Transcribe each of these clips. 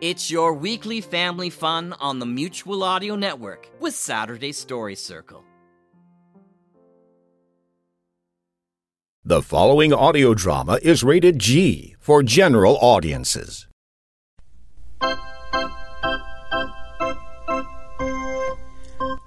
It's your weekly family fun on the Mutual Audio Network with Saturday Story Circle. The following audio drama is rated G for general audiences.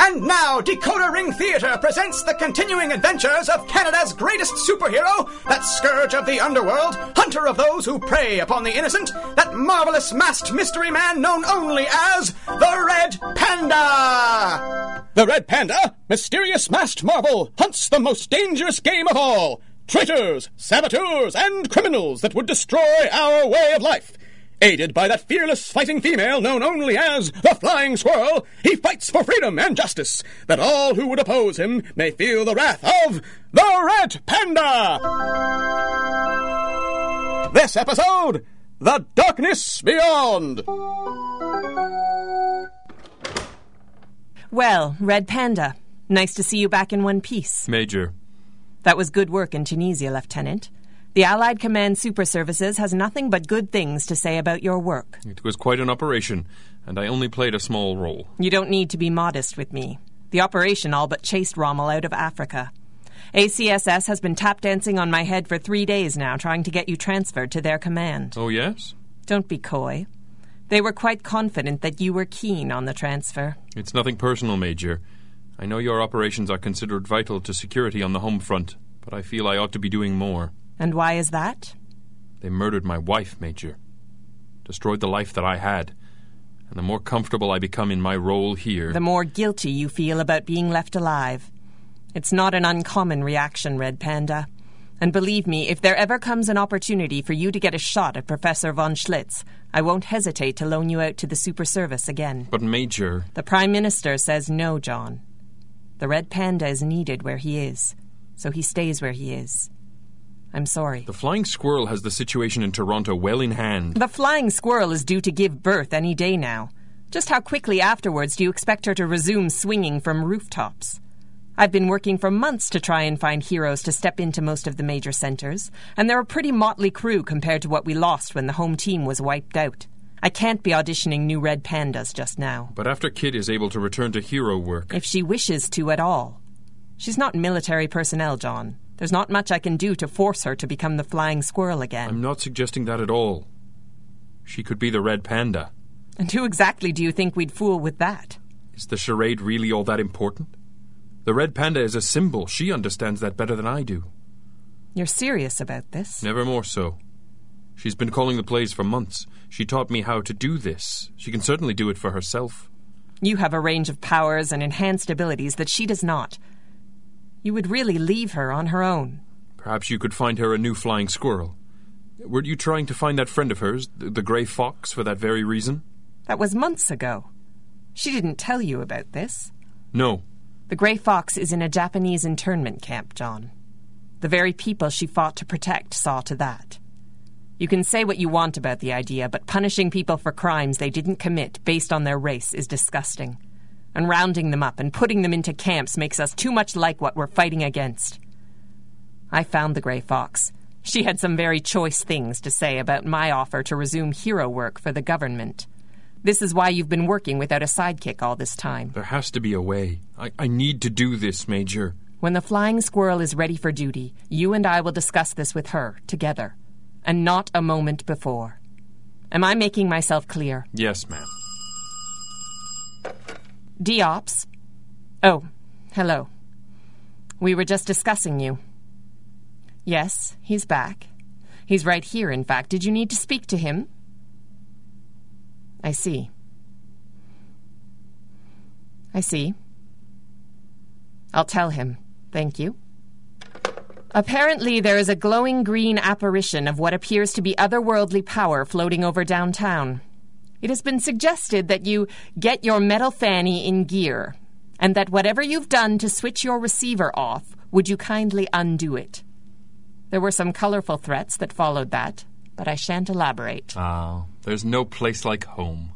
And now, Dakota Ring Theater presents the continuing adventures of Canada's greatest superhero, that scourge of the underworld, hunter of those who prey upon the innocent, that marvelous masked mystery man known only as the Red Panda! The Red Panda, mysterious masked marvel, hunts the most dangerous game of all traitors, saboteurs, and criminals that would destroy our way of life. Aided by that fearless fighting female known only as the Flying Squirrel, he fights for freedom and justice, that all who would oppose him may feel the wrath of the Red Panda! This episode The Darkness Beyond! Well, Red Panda, nice to see you back in one piece. Major. That was good work in Tunisia, Lieutenant. The Allied Command Super Services has nothing but good things to say about your work. It was quite an operation, and I only played a small role. You don't need to be modest with me. The operation all but chased Rommel out of Africa. ACSS has been tap dancing on my head for three days now, trying to get you transferred to their command. Oh, yes? Don't be coy. They were quite confident that you were keen on the transfer. It's nothing personal, Major. I know your operations are considered vital to security on the home front, but I feel I ought to be doing more. And why is that? They murdered my wife, Major. Destroyed the life that I had. And the more comfortable I become in my role here, the more guilty you feel about being left alive. It's not an uncommon reaction, Red Panda. And believe me, if there ever comes an opportunity for you to get a shot at Professor von Schlitz, I won't hesitate to loan you out to the Super Service again. but Major, The Prime Minister says no, John. The Red Panda is needed where he is, so he stays where he is. I'm sorry. the Flying Squirrel has the situation in Toronto well in hand. The flying squirrel is due to give birth any day now. Just how quickly afterwards do you expect her to resume swinging from rooftops? I've been working for months to try and find heroes to step into most of the major centers, and they're a pretty motley crew compared to what we lost when the home team was wiped out. I can't be auditioning new red pandas just now, But after Kid is able to return to hero work, if she wishes to at all. She's not military personnel, John. There's not much I can do to force her to become the flying squirrel again. I'm not suggesting that at all. She could be the Red Panda. And who exactly do you think we'd fool with that? Is the charade really all that important? The Red Panda is a symbol. She understands that better than I do. You're serious about this? Never more so. She's been calling the plays for months. She taught me how to do this. She can certainly do it for herself. You have a range of powers and enhanced abilities that she does not. You would really leave her on her own. Perhaps you could find her a new flying squirrel. Were you trying to find that friend of hers, th- the grey fox, for that very reason? That was months ago. She didn't tell you about this. No. The Grey Fox is in a Japanese internment camp, John. The very people she fought to protect saw to that. You can say what you want about the idea, but punishing people for crimes they didn't commit based on their race is disgusting. And rounding them up and putting them into camps makes us too much like what we're fighting against. I found the Grey Fox. She had some very choice things to say about my offer to resume hero work for the government. This is why you've been working without a sidekick all this time. There has to be a way. I, I need to do this, Major. When the flying squirrel is ready for duty, you and I will discuss this with her together, and not a moment before. Am I making myself clear? Yes, ma'am. Deops? Oh, hello. We were just discussing you. Yes, he's back. He's right here, in fact. Did you need to speak to him? I see. I see. I'll tell him. Thank you. Apparently, there is a glowing green apparition of what appears to be otherworldly power floating over downtown. It has been suggested that you get your metal fanny in gear, and that whatever you've done to switch your receiver off, would you kindly undo it? There were some colorful threats that followed that, but I shan't elaborate. Ah, there's no place like home.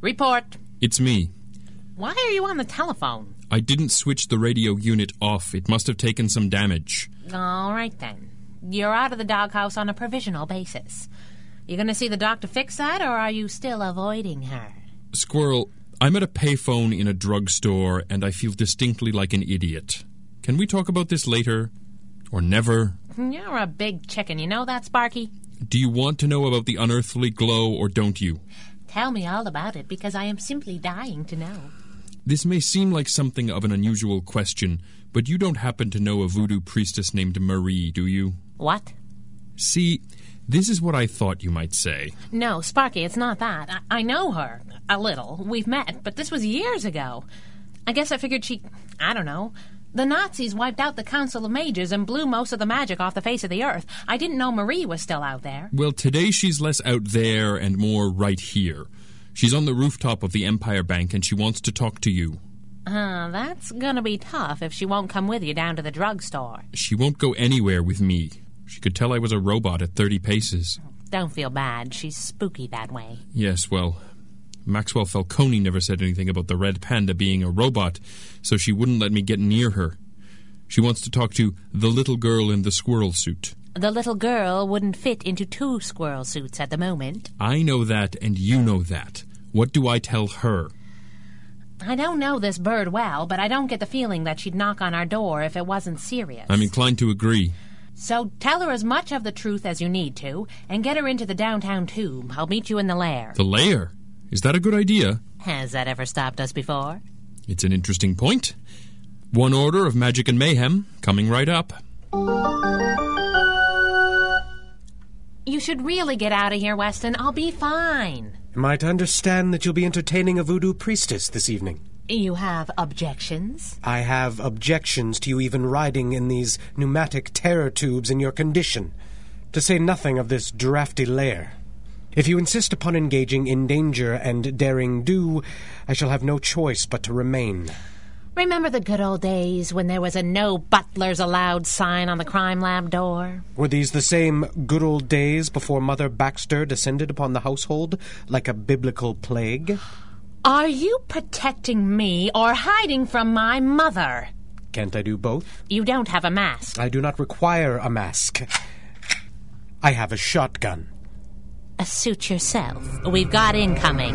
Report. It's me. Why are you on the telephone? I didn't switch the radio unit off. It must have taken some damage. All right then. You're out of the doghouse on a provisional basis. You gonna see the doctor fix that, or are you still avoiding her? Squirrel, I'm at a payphone in a drugstore and I feel distinctly like an idiot. Can we talk about this later? Or never? You're a big chicken, you know that, Sparky? Do you want to know about the unearthly glow or don't you? Tell me all about it, because I am simply dying to know. This may seem like something of an unusual question, but you don't happen to know a voodoo priestess named Marie, do you? What? See, this is what I thought you might say. No, Sparky, it's not that. I, I know her. A little. We've met, but this was years ago. I guess I figured she. I don't know. The Nazis wiped out the Council of Mages and blew most of the magic off the face of the earth. I didn't know Marie was still out there. Well, today she's less out there and more right here. She's on the rooftop of the Empire Bank and she wants to talk to you. Uh, that's gonna be tough if she won't come with you down to the drugstore. She won't go anywhere with me. She could tell I was a robot at 30 paces. Don't feel bad. She's spooky that way. Yes, well, Maxwell Falcone never said anything about the red panda being a robot, so she wouldn't let me get near her. She wants to talk to the little girl in the squirrel suit. The little girl wouldn't fit into two squirrel suits at the moment. I know that, and you know that. What do I tell her? I don't know this bird well, but I don't get the feeling that she'd knock on our door if it wasn't serious. I'm inclined to agree. So tell her as much of the truth as you need to, and get her into the downtown tube. I'll meet you in the lair. The lair? Is that a good idea? Has that ever stopped us before? It's an interesting point. One order of magic and mayhem coming right up. You should really get out of here, Weston. I'll be fine. Am I to understand that you'll be entertaining a voodoo priestess this evening? You have objections? I have objections to you even riding in these pneumatic terror tubes in your condition, to say nothing of this drafty lair. If you insist upon engaging in danger and daring do, I shall have no choice but to remain. Remember the good old days when there was a no butlers allowed sign on the crime lab door? Were these the same good old days before Mother Baxter descended upon the household like a biblical plague? Are you protecting me or hiding from my mother? Can't I do both? You don't have a mask. I do not require a mask. I have a shotgun. Uh, suit yourself. We've got incoming.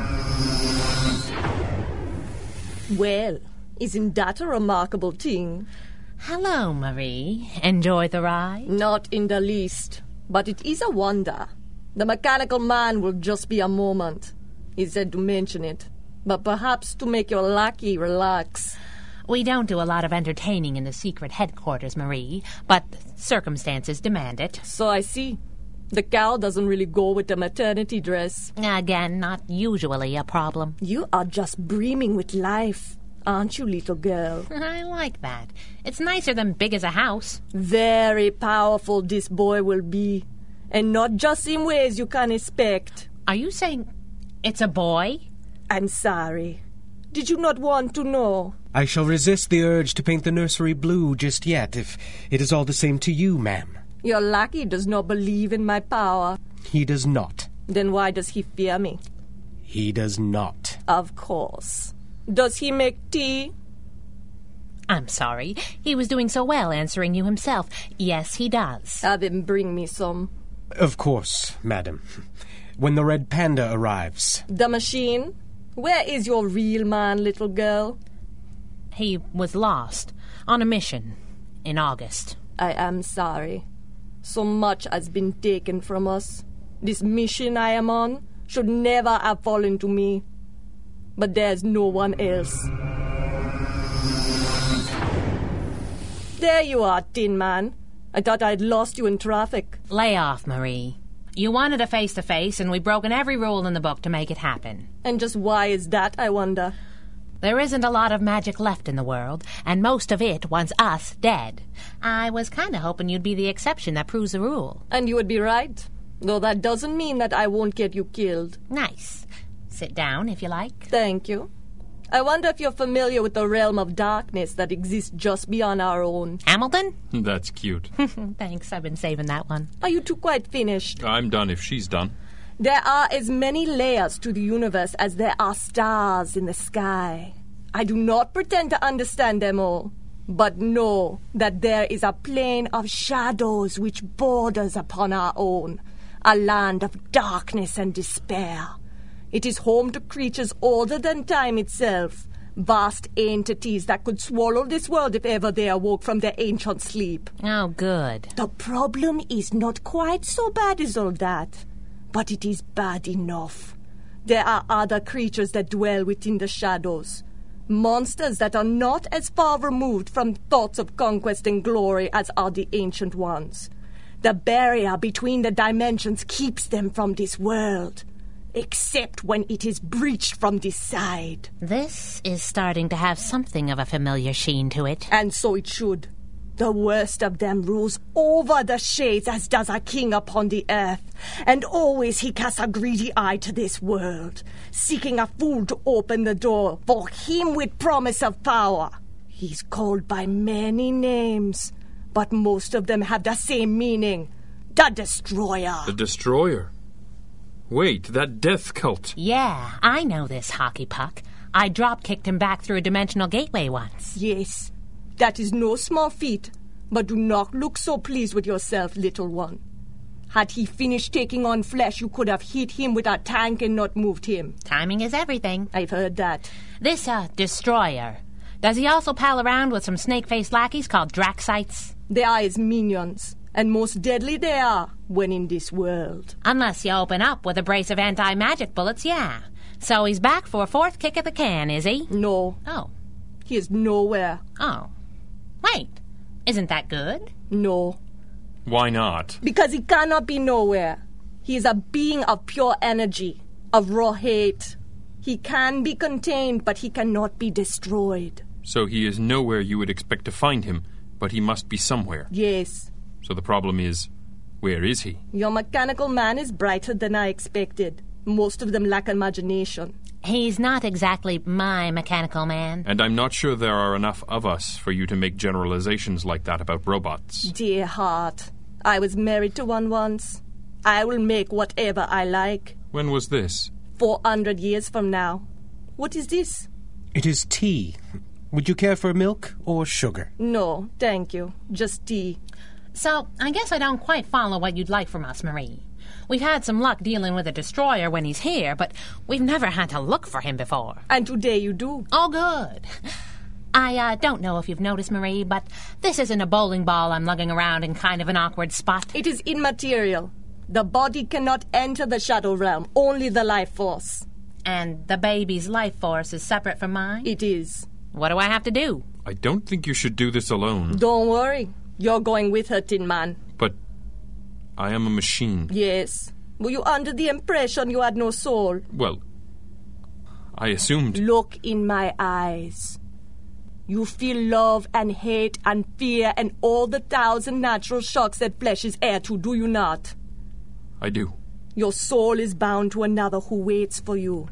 Well, isn't that a remarkable thing? Hello, Marie. Enjoy the ride? Not in the least, but it is a wonder. The mechanical man will just be a moment. He said to mention it, but perhaps to make your lackey relax. We don't do a lot of entertaining in the secret headquarters, Marie, but circumstances demand it. So I see. The cow doesn't really go with the maternity dress. Again, not usually a problem. You are just brimming with life, aren't you, little girl? I like that. It's nicer than big as a house. Very powerful this boy will be, and not just in ways you can expect. Are you saying it's a boy? I'm sorry. Did you not want to know? I shall resist the urge to paint the nursery blue just yet, if it is all the same to you, ma'am. Your lackey does not believe in my power. He does not. Then why does he fear me? He does not. Of course. Does he make tea? I'm sorry. He was doing so well answering you himself. Yes, he does. Have him bring me some. Of course, madam. When the red panda arrives, The machine? Where is your real man, little girl? He was lost on a mission in August. I am sorry. So much has been taken from us. This mission I am on should never have fallen to me. But there's no one else. There you are, Tin Man. I thought I'd lost you in traffic. Lay off, Marie. You wanted a face to face, and we've broken every rule in the book to make it happen. And just why is that, I wonder? There isn't a lot of magic left in the world, and most of it wants us dead. I was kinda hoping you'd be the exception that proves the rule. And you would be right. Though that doesn't mean that I won't get you killed. Nice. Sit down if you like. Thank you. I wonder if you're familiar with the realm of darkness that exists just beyond our own. Hamilton? That's cute. Thanks, I've been saving that one. Are you two quite finished? I'm done if she's done. There are as many layers to the universe as there are stars in the sky. I do not pretend to understand them all, but know that there is a plane of shadows which borders upon our own, a land of darkness and despair. It is home to creatures older than time itself, vast entities that could swallow this world if ever they awoke from their ancient sleep. Oh, good. The problem is not quite so bad as all that, but it is bad enough. There are other creatures that dwell within the shadows. Monsters that are not as far removed from thoughts of conquest and glory as are the ancient ones. The barrier between the dimensions keeps them from this world, except when it is breached from this side. This is starting to have something of a familiar sheen to it. And so it should. The worst of them rules over the shades as does a king upon the earth, and always he casts a greedy eye to this world, seeking a fool to open the door for him with promise of power. He's called by many names, but most of them have the same meaning the destroyer. The Destroyer. Wait, that death cult. Yeah, I know this hockey puck. I drop kicked him back through a dimensional gateway once. Yes, that is no small feat, but do not look so pleased with yourself, little one. Had he finished taking on flesh, you could have hit him with a tank and not moved him. Timing is everything. I've heard that. This, uh, destroyer. Does he also pal around with some snake faced lackeys called Draxites? They are his minions, and most deadly they are when in this world. Unless you open up with a brace of anti magic bullets, yeah. So he's back for a fourth kick at the can, is he? No, Oh, he is nowhere. oh. Wait, isn't that good? No, Why not? because he cannot be nowhere. He is a being of pure energy, of raw hate. He can be contained, but he cannot be destroyed. So he is nowhere you would expect to find him, but he must be somewhere. Yes, So the problem is, where is he? your mechanical man is brighter than I expected. Most of them lack imagination. He's not exactly my mechanical man. And I'm not sure there are enough of us for you to make generalizations like that about robots. Dear heart, I was married to one once. I will make whatever I like. When was this? 400 years from now. What is this? It is tea. Would you care for milk or sugar? No, thank you. Just tea. So, I guess I don't quite follow what you'd like from us, Marie. We've had some luck dealing with a destroyer when he's here, but we've never had to look for him before. Uh, And today you do. All good. I uh, don't know if you've noticed, Marie, but this isn't a bowling ball I'm lugging around in kind of an awkward spot. It is immaterial. The body cannot enter the shadow realm, only the life force. And the baby's life force is separate from mine? It is. What do I have to do? I don't think you should do this alone, Don't worry. You're going with her, Tin Man. but I am a machine. Yes. Were you under the impression you had no soul? Well, I assumed. Look in my eyes. You feel love and hate and fear and all the thousand natural shocks that flesh is heir to, do you not? I do. Your soul is bound to another who waits for you.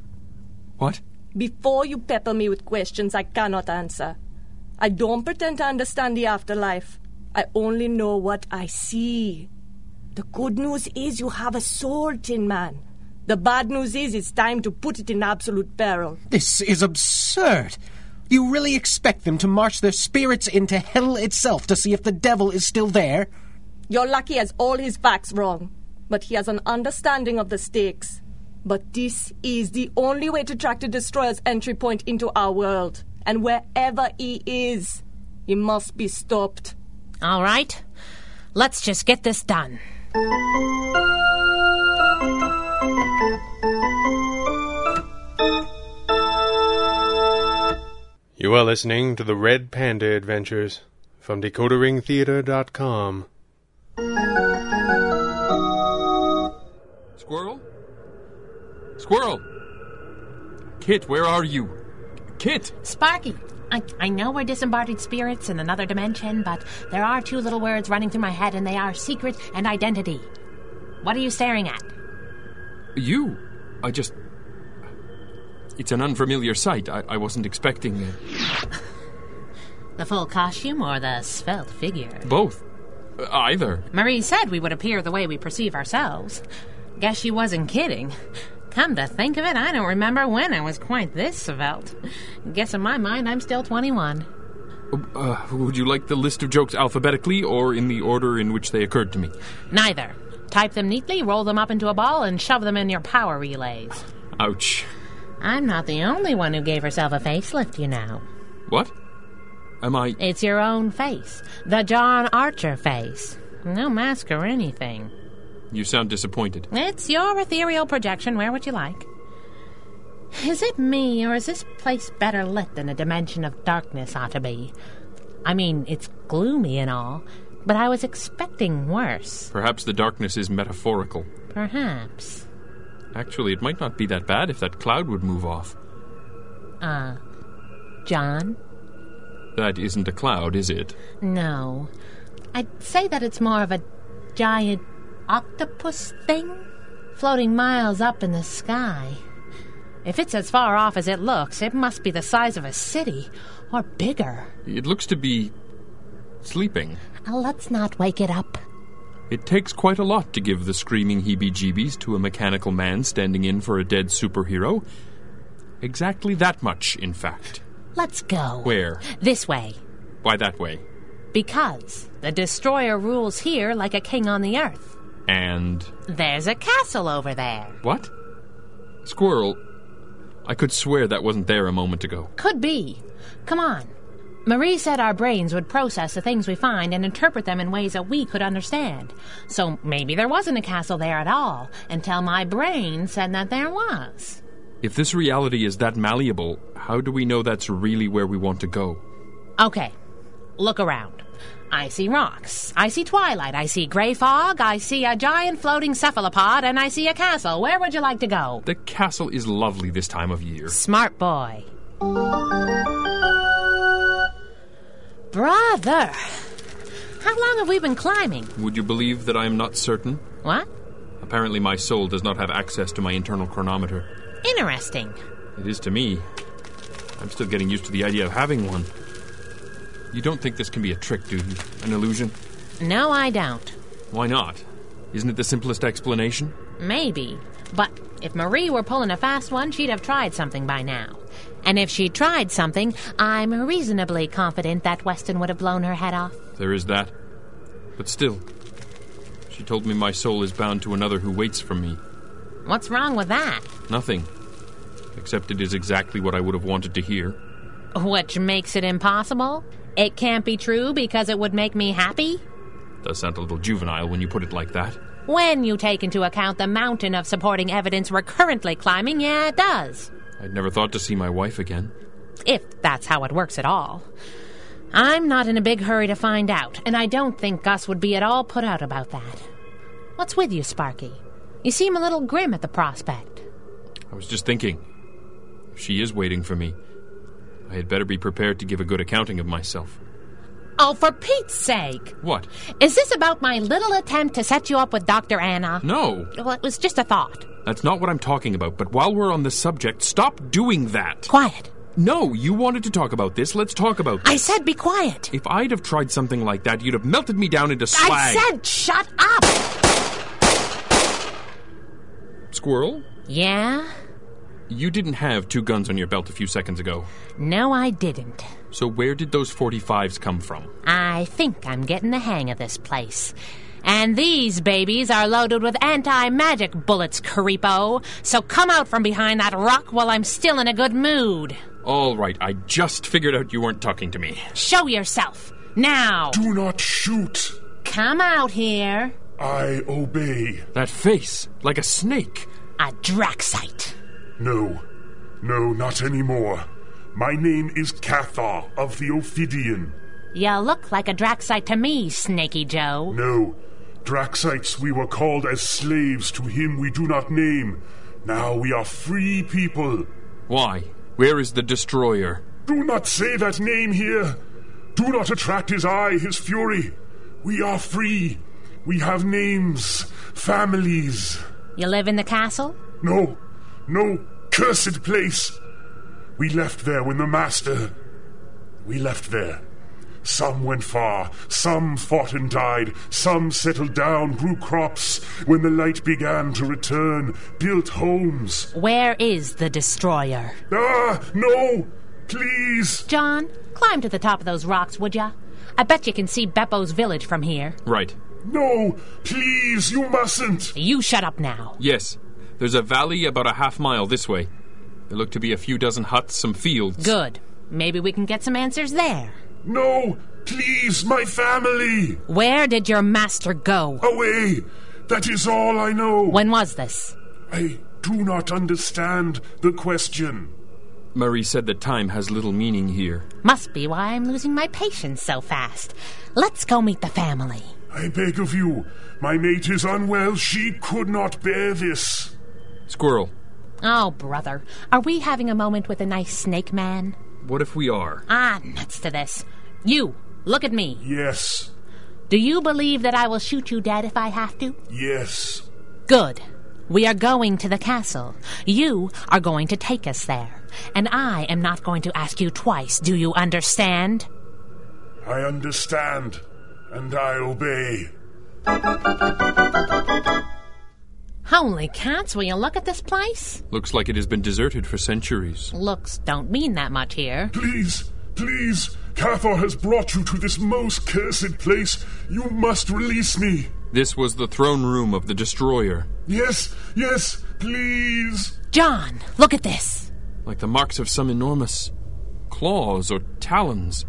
What? Before you pepper me with questions I cannot answer, I don't pretend to understand the afterlife. I only know what I see. The good news is you have a soul, Tin Man. The bad news is it's time to put it in absolute peril. This is absurd. You really expect them to march their spirits into hell itself to see if the devil is still there? Your lucky has all his facts wrong, but he has an understanding of the stakes. But this is the only way to track the destroyer's entry point into our world. And wherever he is, he must be stopped. All right, let's just get this done. You are listening to the Red Panda Adventures from DecoderingTheater.com. Squirrel? Squirrel! Kit, where are you? Kit! Sparky, I, I know we're disembodied spirits in another dimension, but there are two little words running through my head, and they are secret and identity. What are you staring at? You? I just. It's an unfamiliar sight. I, I wasn't expecting uh, The full costume or the svelte figure? both. Uh, either. Marie said we would appear the way we perceive ourselves. Guess she wasn't kidding. Come to think of it, I don't remember when I was quite this svelte. Guess in my mind I'm still 21. Uh, would you like the list of jokes alphabetically or in the order in which they occurred to me? Neither. Type them neatly, roll them up into a ball, and shove them in your power relays. Ouch. I'm not the only one who gave herself a facelift, you know. What? Am I. It's your own face. The John Archer face. No mask or anything. You sound disappointed. It's your ethereal projection. Wear what you like. Is it me, or is this place better lit than a dimension of darkness ought to be? I mean, it's gloomy and all, but I was expecting worse. Perhaps the darkness is metaphorical. Perhaps. Actually, it might not be that bad if that cloud would move off. Uh, John? That isn't a cloud, is it? No. I'd say that it's more of a giant octopus thing floating miles up in the sky. If it's as far off as it looks, it must be the size of a city or bigger. It looks to be. sleeping. Uh, let's not wake it up. It takes quite a lot to give the screaming heebie jeebies to a mechanical man standing in for a dead superhero. Exactly that much, in fact. Let's go. Where? This way. Why that way? Because the destroyer rules here like a king on the earth. And. There's a castle over there. What? Squirrel. I could swear that wasn't there a moment ago. Could be. Come on. Marie said our brains would process the things we find and interpret them in ways that we could understand. So maybe there wasn't a castle there at all until my brain said that there was. If this reality is that malleable, how do we know that's really where we want to go? Okay, look around. I see rocks. I see twilight. I see gray fog. I see a giant floating cephalopod, and I see a castle. Where would you like to go? The castle is lovely this time of year. Smart boy. Brother! How long have we been climbing? Would you believe that I am not certain? What? Apparently, my soul does not have access to my internal chronometer. Interesting. It is to me. I'm still getting used to the idea of having one. You don't think this can be a trick, do you? An illusion? No, I don't. Why not? Isn't it the simplest explanation? Maybe. But if Marie were pulling a fast one, she'd have tried something by now. And if she tried something, I'm reasonably confident that Weston would have blown her head off. There is that. But still, she told me my soul is bound to another who waits for me. What's wrong with that? Nothing. Except it is exactly what I would have wanted to hear. Which makes it impossible? It can't be true because it would make me happy? Does sound a little juvenile when you put it like that. When you take into account the mountain of supporting evidence we're currently climbing, yeah, it does. I'd never thought to see my wife again. If that's how it works at all. I'm not in a big hurry to find out, and I don't think Gus would be at all put out about that. What's with you, Sparky? You seem a little grim at the prospect. I was just thinking. If she is waiting for me, I had better be prepared to give a good accounting of myself. Oh, for Pete's sake! What? Is this about my little attempt to set you up with Dr. Anna? No! Well, it was just a thought. That's not what I'm talking about, but while we're on the subject, stop doing that! Quiet. No, you wanted to talk about this. Let's talk about this. I said be quiet. If I'd have tried something like that, you'd have melted me down into slag. I said shut up! Squirrel, Yeah? you didn't have two guns on your belt a few seconds ago. No, I didn't. So where did those 45s come from? I think I'm getting the hang of this place. And these babies are loaded with anti magic bullets, creepo. So come out from behind that rock while I'm still in a good mood. All right, I just figured out you weren't talking to me. Show yourself. Now. Do not shoot. Come out here. I obey. That face, like a snake. A Draxite. No. No, not anymore. My name is Cathar of the Ophidian. You look like a Draxite to me, Snaky Joe. No. Draxites, we were called as slaves to him we do not name. Now we are free people. Why? Where is the destroyer? Do not say that name here. Do not attract his eye, his fury. We are free. We have names, families. You live in the castle? No, no cursed place. We left there when the master. We left there. Some went far, some fought and died, some settled down, grew crops. When the light began to return, built homes. Where is the destroyer? Ah, no! Please! John, climb to the top of those rocks, would ya? I bet you can see Beppo's village from here. Right. No! Please, you mustn't! You shut up now. Yes. There's a valley about a half mile this way. There look to be a few dozen huts, some fields. Good. Maybe we can get some answers there. No! Please, my family! Where did your master go? Away! That is all I know. When was this? I do not understand the question. Murray said that time has little meaning here. Must be why I'm losing my patience so fast. Let's go meet the family. I beg of you, my mate is unwell. She could not bear this. Squirrel, Oh, brother, are we having a moment with a nice snake man? what if we are? Ah, nuts to this. You, look at me. Yes, Do you believe that I will shoot you dead if I have to? yes. Good. We are going to the castle. You are going to take us there. And I am not going to ask you twice, do you understand? I understand, and I obey. Holy cats, will you look at this place? Looks like it has been deserted for centuries. Looks don't mean that much here. Please, please, Cathar has brought you to this most cursed place. You must release me. This was the throne room of the destroyer, Yes, yes, please. John, look at this. like the marks of some enormous claws or talons,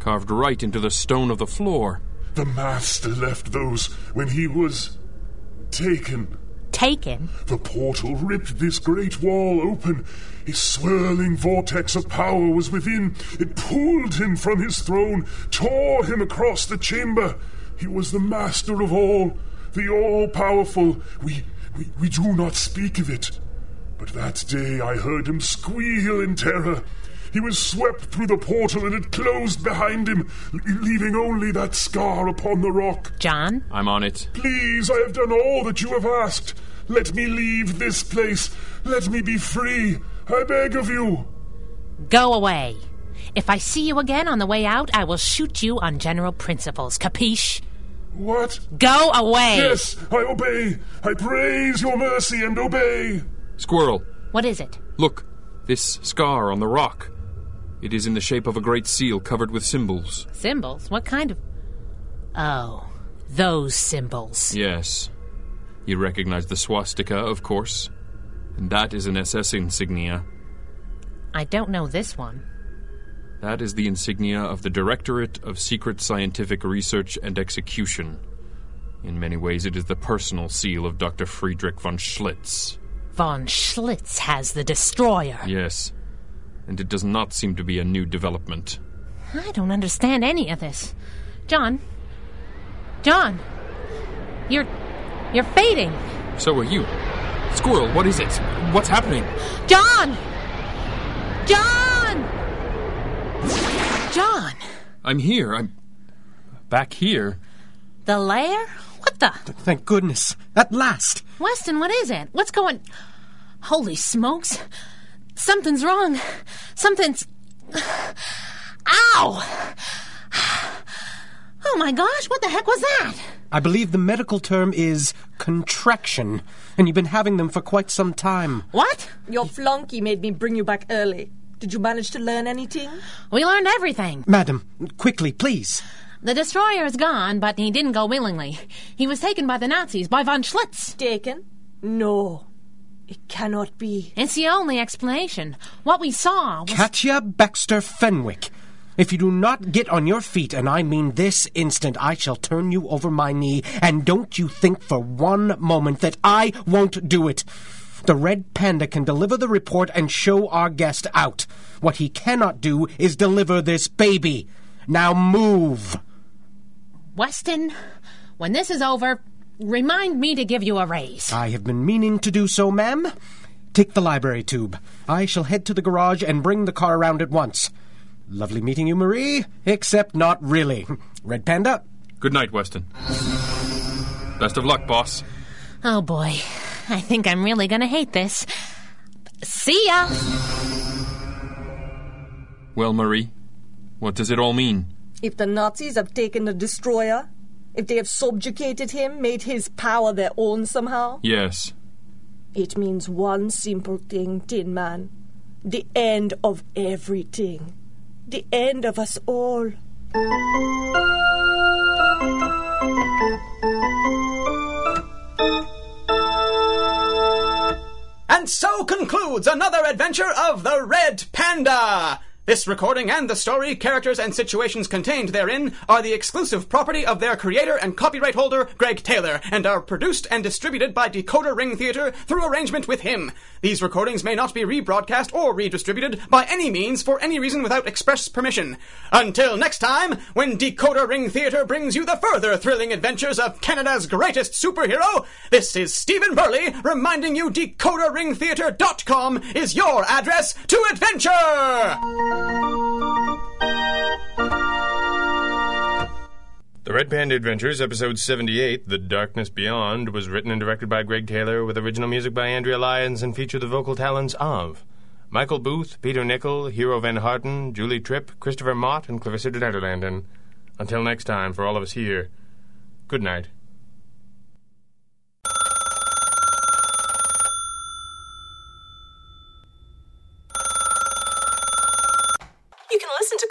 carved right into the stone of the floor. The Master left those when he was taken. Taken? The portal ripped this great wall open. His swirling vortex of power was within. It pulled him from his throne, tore him across the chamber. He was the master of all, the all powerful. We, we, we do not speak of it. But that day I heard him squeal in terror. He was swept through the portal and it closed behind him, l- leaving only that scar upon the rock. John? I'm on it. Please, I have done all that you have asked. Let me leave this place. Let me be free. I beg of you. Go away. If I see you again on the way out, I will shoot you on general principles. Capiche? What? Go away. Yes, I obey. I praise your mercy and obey. Squirrel, What is it? look, this scar on the rock. It is in the shape of a great seal covered with symbols. Symbols? What kind of. Oh, those symbols. Yes. You recognize the swastika, of course. And that is an SS insignia. I don't know this one. That is the insignia of the Directorate of Secret Scientific Research and Execution. In many ways, it is the personal seal of Dr. Friedrich von Schlitz. Von Schlitz has the destroyer. Yes, and it does not seem to be a new development. I don't understand any of this. John. John. You're. You're fading. So are you. Squirrel, what is it? What's happening? John! John! John! I'm here. I'm back here. The lair? What the? Thank goodness. At last. Weston, what is it? What's going? Holy smokes! Something's wrong. Something's. Ow! Oh my gosh! What the heck was that? I believe the medical term is contraction, and you've been having them for quite some time. What? Your flunky made me bring you back early. Did you manage to learn anything? We learned everything. Madam, quickly, please. The destroyer is gone, but he didn't go willingly. He was taken by the Nazis, by von Schlitz. Taken? No. It cannot be. It's the only explanation. What we saw was. Katya Baxter Fenwick. If you do not get on your feet, and I mean this instant, I shall turn you over my knee, and don't you think for one moment that I won't do it. The Red Panda can deliver the report and show our guest out. What he cannot do is deliver this baby. Now move. Weston, When this is over, remind me to give you a raise. Uh- I have been meaning to do so, ma'am. Take the library tube. I shall head to the garage and bring the car around at once. Lovely meeting you, Marie, except not really. Red Panda? Good night, Weston. Best of luck, boss. Oh boy, I think I'm really gonna hate this. See ya! Well, Marie, what does it all mean? If the Nazis have taken the destroyer, if they have subjugated him, made his power their own somehow, Yes. it means one simple thing, Tin Man. The end of everything. The end of us all. And so concludes another adventure of the Red Panda! This recording and the story, characters, and situations contained therein are the exclusive property of their creator and copyright holder, Greg Taylor, and are produced and distributed by Decoder Ring Theater through arrangement with him. These recordings may not be rebroadcast or redistributed by any means for any reason without express permission. Until next time, when Decoder Ring Theater brings you the further thrilling adventures of Canada's greatest superhero, this is Stephen Burley reminding you DecoderRingTheater.com is your address to adventure! The Red Panda Adventures, episode 78, The Darkness Beyond, was written and directed by Greg Taylor, with original music by Andrea Lyons, and featured the vocal talents of Michael Booth, Peter Nickel, Hero Van Harten, Julie Tripp, Christopher Mott, and Clarissa Detterlanden. Until next time, for all of us here, good night. You can listen to